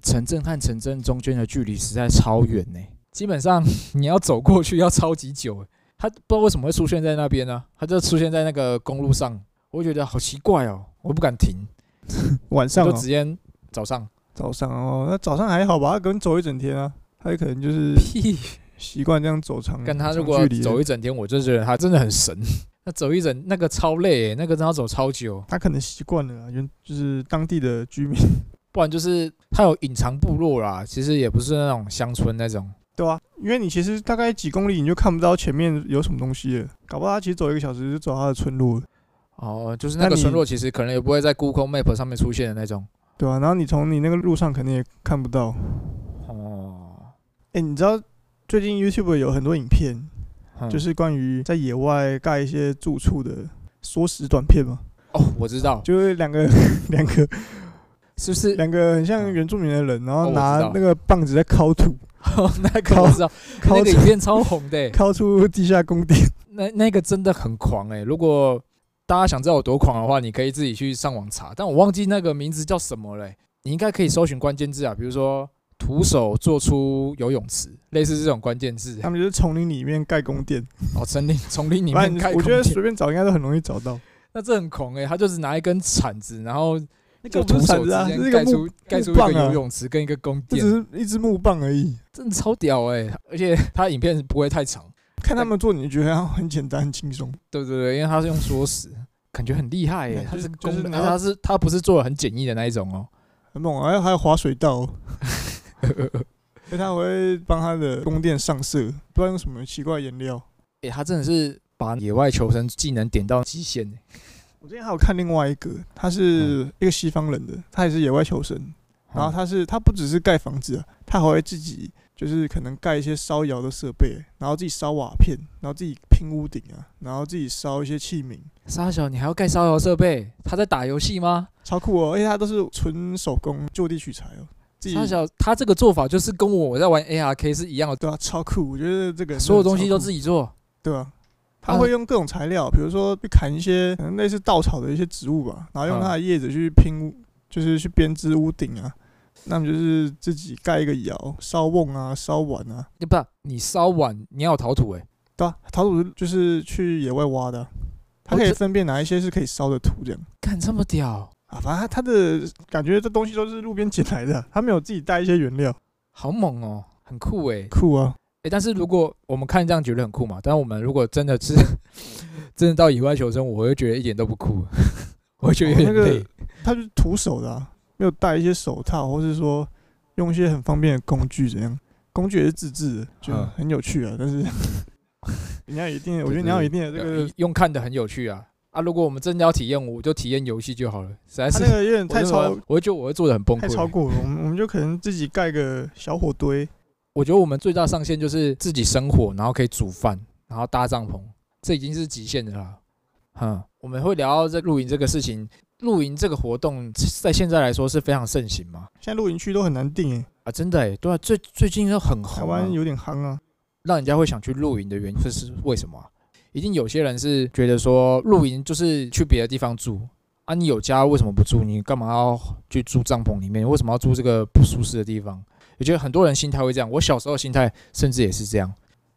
城镇和城镇中间的距离实在超远呢、基本上 你要走过去要超级久、他不知道为什么会出现在那边呢、他就出现在那个公路上，我觉得好奇怪哦，我不敢停，晚上、就哦、直接早上。早上哦，那早上还好吧？他可能走一整天啊，他可能就是屁！习惯这样走长， 跟他长如果嗯距离的走一整天，我就觉得他真的很神。那走一整那个超累、欸，那个真的要走超久，他可能习惯了啊，原就是当地的居民， 不然就是他有隐藏部落啦，其实也不是那种乡村那种。对啊，因为你其实大概几公里你就看不到前面有什么东西了，搞不好他其实走一个小时就走他的村落了，哦，就是那那个你村落，其实可能也不会在 Google Map 上面出现的那种。对啊，然后你从你那个路上肯定也看不到。哦，哎、你知道最近 YouTube 有很多影片，嗯就是关于在野外盖一些住处的缩时短片嘛，哦，我知道，就是两个 两个是不 是？两个很像原住民的人，然哦后我拿知道那个棒子在敲土，哦那个我知 道，靠那个影片超红的欸、敲出地下宫殿。那那个真的很狂哎、如果大家想知道有多狂的话，你可以自己去上网查，但我忘记那个名字叫什么嘞、你应该可以搜寻关键字啊，比如说徒手做出游泳池，类似这种关键字。他们就是丛林里面盖宫殿，哦，森林丛林里啊反面正开我空觉得间随便找应该都很容易找到。那这很狂哎、他就是拿一根铲子，然后那就不徒是手铲之子啊，间是一盖个出木，盖出一木棒个啊游泳池跟一个宫这殿，只是一只木棒而已。真的超屌哎、而且他影片不会太长，看他们做，你就觉得啊很简单、很轻松。对对对，因为他是用缩时，感觉很厉害 耶、嗯他就是是工，就是而然且后他是他不是做的很简易的那一种哦。 很猛啊，还有还有滑水道、哦，因为他会帮他的宫殿上色，不知道用什么奇怪的颜料。欸，他真的是把野外求生技能点到极限、欸。我之前还有看另外一个，他是一个西方人的，他也是野外求生，哦然后他是他不只是盖房子、啊，他还会自己就是可能盖一些烧窑的设备，然后自己烧瓦片，然后自己拼屋顶啊，然后自己烧一些器皿，沙小，你还要盖烧窑设备？他在打游戏吗？超酷哦！而且他都是纯手工，就地取材哦，自己沙小，他这个做法就是跟我在玩 ARK 是一样的，对啊，超酷！我觉得这个所有东西都自己己做。对啊。他啊会用各种材料，比如说去砍一些可能类似稻草的一些植物吧，然后用嗯它的叶子去拼屋，就是去编织屋顶啊。那么就是自己盖一个窑，烧瓮啊，烧碗啊，欸、不，你烧碗你要有陶土哎、欸对啊，陶土就是去野外挖的啊、它可哦以这分辨哪一些是可以烧的土这样干这么屌，啊。反正它它的感觉这东西都是路边捡来的啊，它没有自己带一些原料，好猛哦、很酷哎、欸酷啊！欸但是如果我们看这样觉得很酷嘛，但我们如果真的 是真的到野外求生，我会觉得一点都不酷， 我会觉得有点哦那个累。它就是徒手的、啊，没有带一些手套，或是说用一些很方便的工具怎样？工具也是自制的，就嗯 很有趣啊。但是人家有一定的，我觉得你要有一定的这呃个用看的很有趣啊，啊，如果我们真的要体验，我就体验游戏就好了。实在 他是啊那个有点我太真的超我会觉得我会做的很崩太超溃。过了，我们我们就可能自己盖个小火堆，我觉得我们最大上限就是自己生火，然后可以煮饭，然后搭帐篷，这已经是极限的啦。哼，我们会聊到这露营这个事情，露营这个活动在现在来说是非常盛行嘛？现在露营区都很难定诶，啊，真的诶，对啊，最最近都很台红、啊湾，有点夯啊，让人家会想去露营的原因这是为什么啊、一定有些人是觉得说露营就是去别的地方住啊，你有家为什么不住？你干嘛要去住帐篷里面？为什么要住这个不舒适的地方？我觉得很多人心态会这样，我小时候心态甚至也是这样。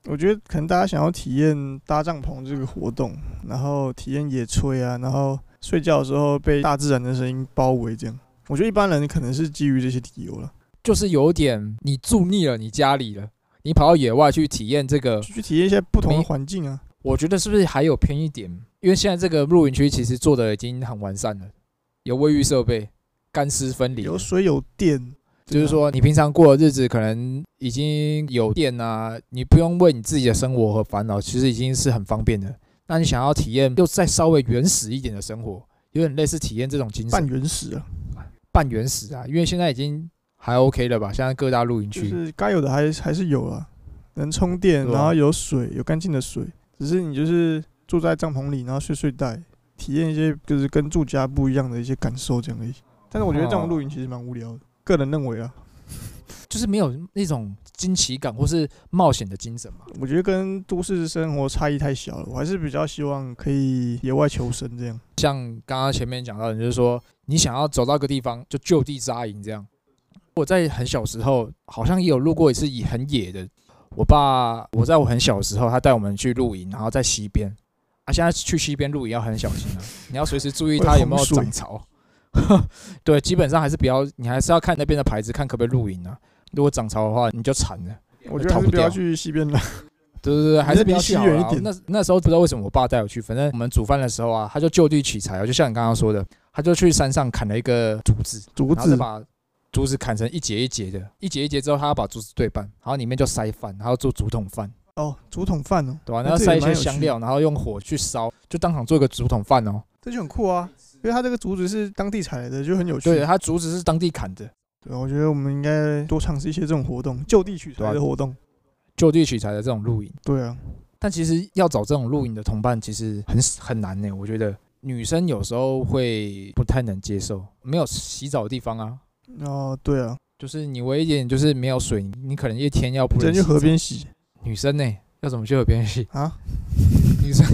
我觉得可能大家想要体验搭帐篷这个活动，然后体验野炊啊，然后睡觉的时候被大自然的声音包围，这样。我觉得一般人可能是基于这些理由了，就是有点你住腻了你家里了，你跑到野外去体验这个，就去体验一下不同没的环境啊。我觉得是不是还有偏一点？因为现在这个露营区其实做的已经很完善了，有卫浴设备、干湿分离了，有水有电，就是说你平常过的日子可能已经有电啊，你不用为你自己的生活和烦恼，其实已经是很方便的。那你想要体验又再稍微原始一点的生活，有点类似体验这种精半神原始啊，半原始啊，因为现在已经还 OK 了吧？现在各大露营就区，是该有的还还是有啊，能充电，对啊然后有水，有干净的水。只是你就是住在帐篷里，然后睡睡袋，体验一些就是跟住家不一样的一些感受这样而已。但是我觉得这哦种露营其实蛮无聊的，个人认为啊，就是没有那种惊奇感或是冒险的精神嘛。我觉得跟都市生活差异太小了，我还是比较希望可以野外求生这样。像刚刚前面讲到的，就是说你想要走到一个地方就就地扎营这样。我在很小时候好像也有露过一次野很野的，我爸我在我很小的时候，他带我们去露营，然后在溪边。啊，现在去溪边露营要很小心啊， 你要随时注意它有没有涨潮。 对，基本上还是比较，你还是要看那边的牌子，看可不可以露营啊。如果涨潮的话，你就惨了。我觉得还是不呃逃要不掉去西边了，对对对，还是比较去好离啦西远一点那那时候不知道为什么我爸带我去，反正我们煮饭的时候啊，他就就地取材啊，就像你刚刚说的，他就去山上砍了一个竹子，竹然后再子把竹子砍成一节一节的，一节一节之后，他要把竹子对半，然后里面就塞饭，然后做竹筒饭，哦，竹筒饭哦，对吧、那然后这也塞一些蛮有趣香料，然后用火去烧，就当场做一个竹筒饭哦。这就很酷啊，因为它这个竹子是当地采来的，就很有趣。对，啊他竹子是当地砍的，对，我觉得我们应该多尝试一些这种活动，就地取材对啊的活动。就地取材的这种露营。对啊，但其实要找这种露营的同伴，其实很很难呢、我觉得女生有时候会不太能接受，没有洗澡的地方啊，哦，对啊，就是你唯一一点就是没有水，你可能一天要不只能能去河洗边洗澡。女生呢、要怎么去河边洗？啊， 女生，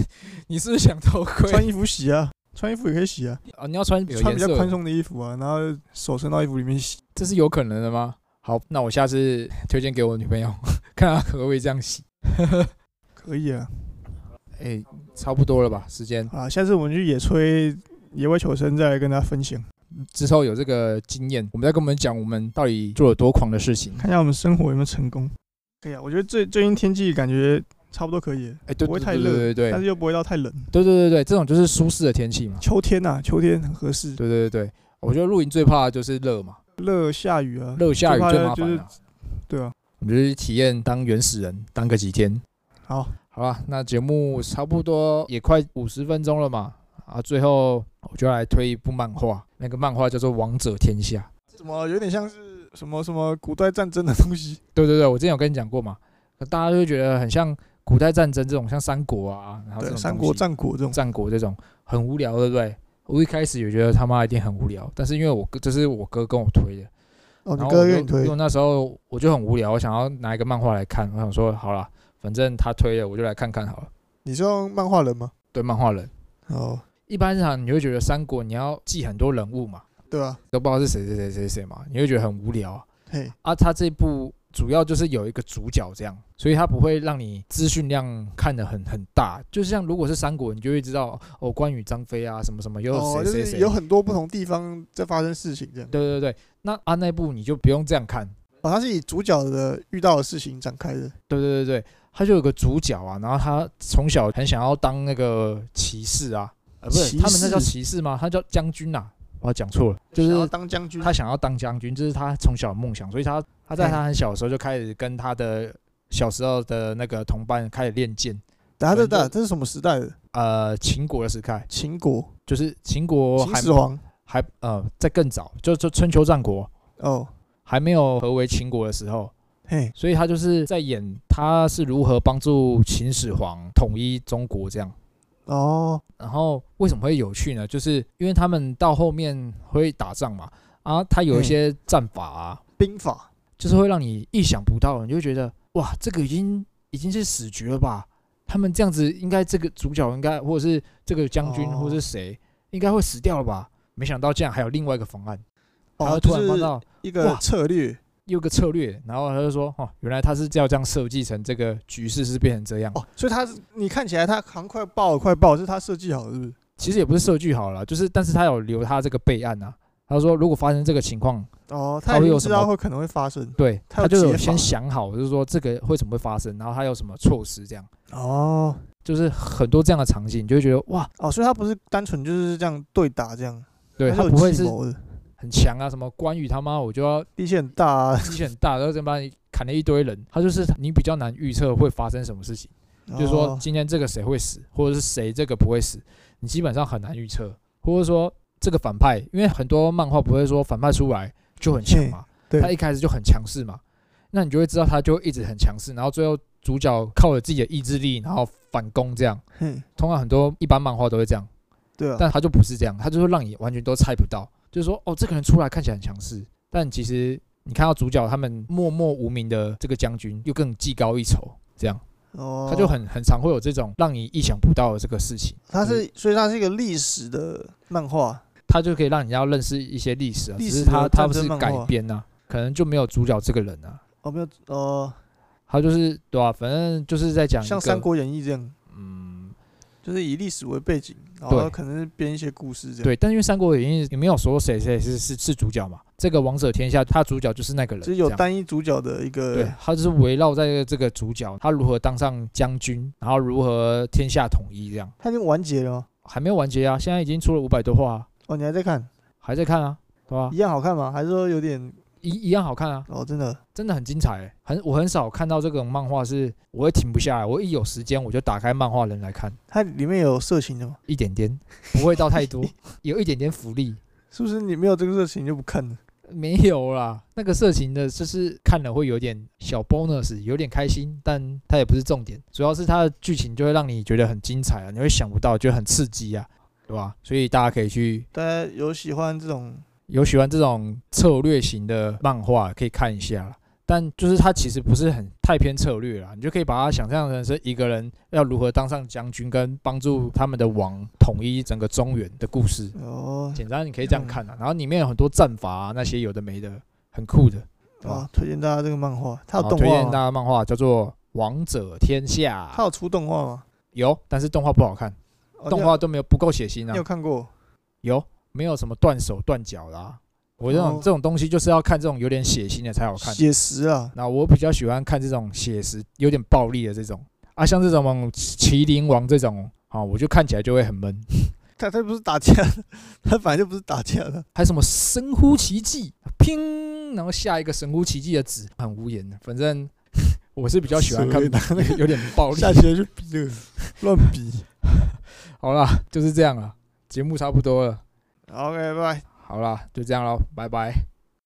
你是不是想偷穿窥？衣服洗啊，穿衣服也可以洗啊，啊，你要穿有穿颜比较色的，宽松的衣服啊，然后手伸到衣服里面洗。这是有可能的吗？好，那我下次推荐给我女朋友，看她可不可以这样洗。可以啊，哎、差不多了吧？时间啊，下次我们去野炊、野外求生再来跟大家分享，之后有这个经验，我们再跟我们讲我们到底做了多狂的事情。看一下我们生活有没有成功。可以啊，我觉得最最近天气感觉差不多可以了，哎、对不会对太对热对对对但，是又不会到太冷。对对对对，这种就是舒适的天气嘛。秋天呐、秋天很合适，对对对对，我觉得露营最怕的就是热嘛，热下雨啊，热下雨最怕最的麻就烦是了。对啊。我们就去体验当原始人，当个几天。好，好吧，那节目差不多也快五十分钟了嘛。啊，最后我就来推一部漫画，那个漫画叫做《王者天下》。怎么有点像是什么什么古代战争的东西？对对对，我之前有跟你讲过嘛，那大家就会觉得很像古代战争这种，像三国啊，然后这对，种三东国、西战国这种。战国这种很无聊，对不对？我一开始也觉得他妈一定很无聊，但是因为我哥这是我哥跟我推的，哦，然你后哥我给就你推因为，那时候我就很无聊，我想要拿一个漫画来看，我想说好了，反正他推了，我就来看看好了。你是用漫画人吗？对漫画人，哦，一般上你会觉得三国你要记很多人物嘛，对啊，都不知道是谁谁谁谁谁嘛，你会觉得很无聊啊。嘿，啊他这部主要就是有一个主角这样，所以他不会让你资讯量看得很很大。就像如果是三国，你就会知道哦，关羽、张飞啊，什么什么，又哦，有就谁谁是谁。有很多不同地方在发生事情这样。对对对，那啊那部你就不用这样看。哦，它是以主角的遇到的事情展开的。对对对对，他就有个主角啊，然后他从小很想要当那个骑士啊，呃，不是骑他们那叫士骑士吗？他叫将军啊，我讲错了，就想要是当将军，他想要当将军，这是他从小的梦想，所以他他在他很小的时候就开始跟他的小时候的那个同伴开始练剑，打这可能打就这是什么时代的？呃，秦国的时代，秦国，就是秦国秦还始皇。还呃在更早，就就春秋战国哦，还没有合为秦国的时候，嘿，所以他就是在演他是如何帮助秦始皇统一中国这样。哦，然后为什么会有趣呢？就是因为他们到后面会打仗嘛，啊，他嗯有一些战法啊，兵法，就是会让你意想不到，你就会觉得哇，这个已经已经是死局了吧？他们这样子应该这个主角应该或者是这个将军哦或者是谁应该会死掉了吧？没想到竟然还有另外一个方案，然哦，后突就然翻是到一个哇策略。又个策略，然后他就说哦，原来他是要这样设计成这个局势是变成这样。哦，所以他是你看起来他好像快爆了，快爆了，是他设计好的，是不是？其实也不是设计好了，就是但是他有留他这个备案啊。他说如果发生这个情况，哦，他他会已有经知什么道会可能会发生。对他他有就有解法先想好，就是说这个会怎么会发生，然后他有什么措施，这样哦，就是很多这样的场景，你就会觉得哇，哦，所以他不是单纯就是这样对打这样，对他他不会有计是谋的，很强啊，什么关羽他妈我就要力气很大啊。力气很大，然后再把你砍了一堆人，他就是你比较难预测会发生什么事情， 就是说哦今天这个谁会死，或者是谁这个不会死，你基本上很难预测，或者说这个反派，因为很多漫画不会说反派出来就很强嘛，对他一开始就很强势嘛，那你就会知道他就一直很强势，然后最后主角靠着自己的意志力，然后反攻这样。嘿，通常很多一般漫画都会这样，对啊，但他就不是这样，他就是让你完全都猜不到，就是说哦，这个人出来看起来很强势，但其实你看到主角他们默默无名的这个将军又更技高一筹，这样哦，他就很很常会有这种让你意想不到的这个事情，他是，所以他是一个历史的漫画，他就可以让你要认识一些历史啊，历只是史他的他战不争是漫画改编啊，可能就没有主角这个人啊，哦，没有，哦，他就是对吧、反正就是在讲一像《个三国演义》这样，嗯就是以历史为背景，然后对可能是编一些故事这样。对，但因为《三国演义》也没有说谁谁是是是主角嘛，这个王者天下他主角就是那个人，只是有这样单一主角的一对个，，他就是围绕在这个主角，他如何当上将军，然后如何天下统一这样，他已经完结了吗？还没有完结啊，现在已经出了五百多话、啊，哦，你还在看，还在看啊，对吧一？样好看吗？还是说有点一一样好看啊，哦，真的真的很精彩欸、很我很少看到这种漫画是我会停不下来，我一有时间我就打开漫画人来看，它里面有色情的吗？一点点，不会到太多，有一点点福利。是不是你没有这个热情你就不看了？没有啦，那个色情的，就是看了会有点小 bonus，有点开心，但它也不是重点，主要是它的剧情就会让你觉得很精彩啊，你会想不到，觉得很刺激啊，对吧？所以大家可以去大家有喜欢这种有喜欢这种策略型的漫画可以看一下啦，但就是它其实不是很太偏策略啦，你就可以把它想象成是一个人要如何当上将军，跟帮助他们的王统一整个中原的故事。哦简单，你可以这样看啊，然后里面有很多战法啊，那些有的没的，很酷的。对吧啊，推荐大家这个漫画，它好，有动哦推荐画大吗？家漫画叫做《王者天下它》，有出动画吗？有，但是动画不好看，哦动画都没有不够血腥你啊，有看过？有没有什么断手断脚啦、我这种、哦这种东西就是要看这种有点血腥的才好看。写实啊，那我比较喜欢看这种写实、有点暴力的这种啊，像这种《麒麟王》这种啊，我就看起来就会很闷。它它不是打架的，它本来就不是打架的。还有什么神乎其技，拼，然后下一个神乎其技的指，很无言的。反正 我是比较喜欢看所以呢 有点暴力。下棋就 比这个乱比。好啦，就是这样了，节目差不多了。 OK，拜拜。好啦，就这样喽，拜拜。